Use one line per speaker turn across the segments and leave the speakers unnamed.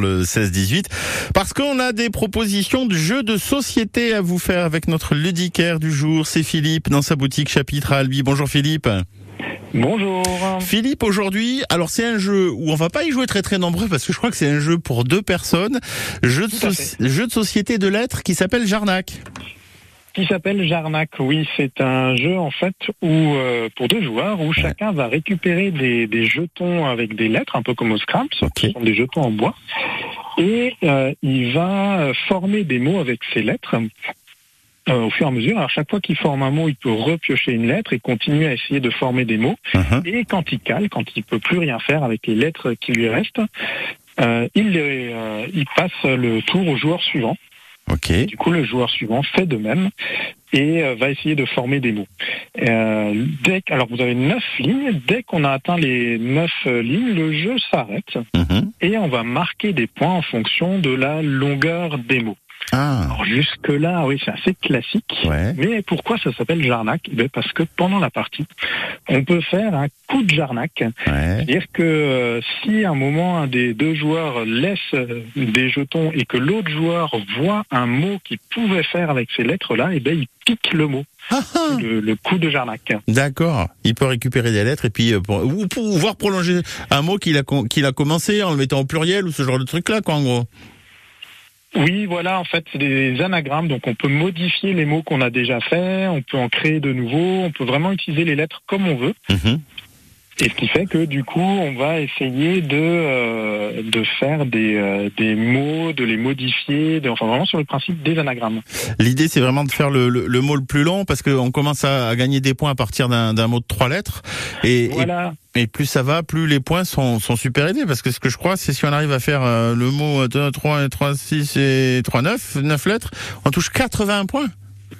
le 16-18 parce qu'on a des propositions de jeux de société à vous faire avec notre ludicaire du jour, c'est Philippe dans sa boutique Chapitre à Albi. Bonjour Philippe.
Bonjour.
Philippe aujourd'hui, alors c'est un jeu où on va pas y jouer très très nombreux parce que je crois que c'est un jeu pour deux personnes, jeu de,
Tout à
soci- jeu de société de lettres qui s'appelle Jarnac.
Qui s'appelle Jarnac. Oui, c'est un jeu en fait où euh, pour deux joueurs où chacun va récupérer des, des jetons avec des lettres, un peu comme au Scrabble, sauf que
Ok.
ce sont des jetons en bois, et euh, il va former des mots avec ces lettres. euh, au fur et à mesure, alors chaque fois qu'il forme un mot, il peut repiocher une lettre et continuer à essayer de former des mots.
Uh-huh.
Et quand il cale, quand il peut plus rien faire avec les lettres qui lui restent, euh, il, les, euh, il passe le tour au joueur suivant.
Ok.
Du coup, le joueur suivant fait de même et euh, va essayer de former des mots. Euh, dès que- alors, vous avez neuf lignes. Dès qu'on a atteint les neuf euh, lignes, le jeu s'arrête
Mhm.
et on va marquer des points en fonction de la longueur des mots.
Ah.
Alors, jusque-là, oui, c'est assez classique.
Ouais.
Mais pourquoi ça s'appelle jarnac Eh bien, Parce que pendant la partie, on peut faire un coup de jarnac.
Ouais.
C'est-à-dire que euh, si à un moment un des deux joueurs laisse euh, des jetons et que l'autre joueur voit un mot qu'il pouvait faire avec ces lettres-là, et ben il pique le mot,
Ah, ah.
le, le coup de jarnac.
D'accord. Il peut récupérer des lettres et puis euh, pour, ou pour voir prolonger un mot qu'il a con- qu'il a commencé en le mettant au pluriel ou ce genre de truc là quoi en gros.
Oui, voilà, en fait, c'est des anagrammes, donc on peut modifier les mots qu'on a déjà faits, on peut en créer de nouveaux, on peut vraiment utiliser les lettres comme on veut.
Mhm.
Et ce qui fait que du coup, on va essayer de euh, de faire des, euh, des mots, de les modifier, de, enfin vraiment sur le principe des anagrammes.
L'idée, c'est vraiment de faire le, le, le mot le plus long parce qu'on commence à, à gagner des points à partir d'un d'un mot de trois lettres. Et, et-
Voilà.
et, plus ça va, plus les points sont, sont super aidés. Parce que ce que je crois, c'est si on arrive à faire euh, le mot 2, 3, 3, 6 et 3, 9, 9 lettres, on touche 81 points.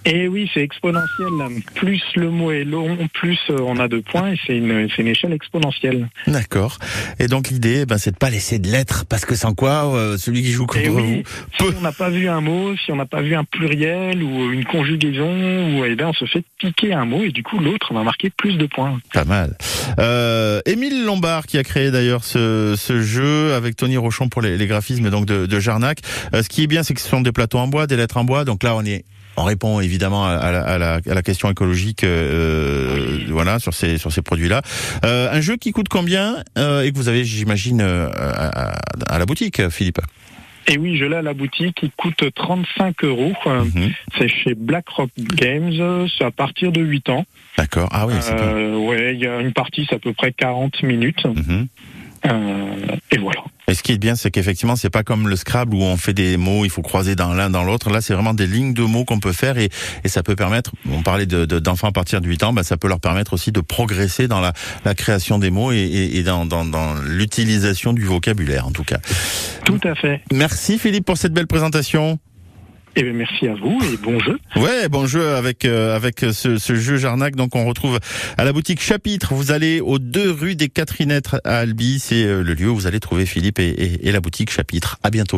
Et Eh oui, c'est exponentiel. Plus le mot est long, plus euh, on a de points et c'est une, c'est une échelle exponentielle.
D'accord. Et donc l'idée, eh ben, c'est de pas laisser de lettres parce que sans quoi, euh, celui qui joue contre
Et Eh oui,
vous.
si
Peu.
on n'a pas vu un mot, si on n'a pas vu un pluriel ou une conjugaison, ou, eh bien, on se fait piquer un mot et du coup l'autre va marquer plus de points.
Pas mal. Euh, Émile Lombard qui a créé d'ailleurs ce, ce jeu avec Tony Rochon pour les, les graphismes donc de, de Jarnac. Euh, ce qui est bien, c'est que ce sont des plateaux en bois, des lettres en bois. Donc là, on est on répond évidemment à, à la, à la- à la question écologique, euh, voilà, sur ces sur ces produits-là. Euh, un jeu qui coûte combien euh, et que vous avez, j'imagine, euh, à, à- à la boutique, Philippe.
Et Eh oui, je l'ai à la boutique, il coûte 35 euros. Euh,
Mhm.
C'est chez BlackRock Games, euh, c'est à partir de 8 ans.
D'accord. Ah oui. c'est bien.
Euh, ouais, il y a une partie, c'est à peu près 40 minutes.
Mhm.
Euh, et voilà.
Et ce qui est bien, c'est qu'effectivement, c'est pas comme le Scrabble où on fait des mots, il faut croiser dans l'un dans l'autre. Là, c'est vraiment des lignes de mots qu'on peut faire et, et ça peut permettre. On parlait de- de- d'enfants à partir de 8 ans, bah, ça peut leur permettre aussi de progresser dans la, la création des mots et, et- et dans, dans- dans l'utilisation du vocabulaire, en tout cas.
Tout à fait.
Merci Philippe pour cette belle présentation.
Et bien, merci à vous et bon jeu.
Ouais, bon jeu avec euh, avec ce, ce jeu Jarnac. Donc on retrouve à la boutique Chapitre. Vous allez aux deux rues des Catherinettes à Albi. C'est euh, le lieu où vous allez trouver Philippe et- et- et la boutique Chapitre. À bientôt.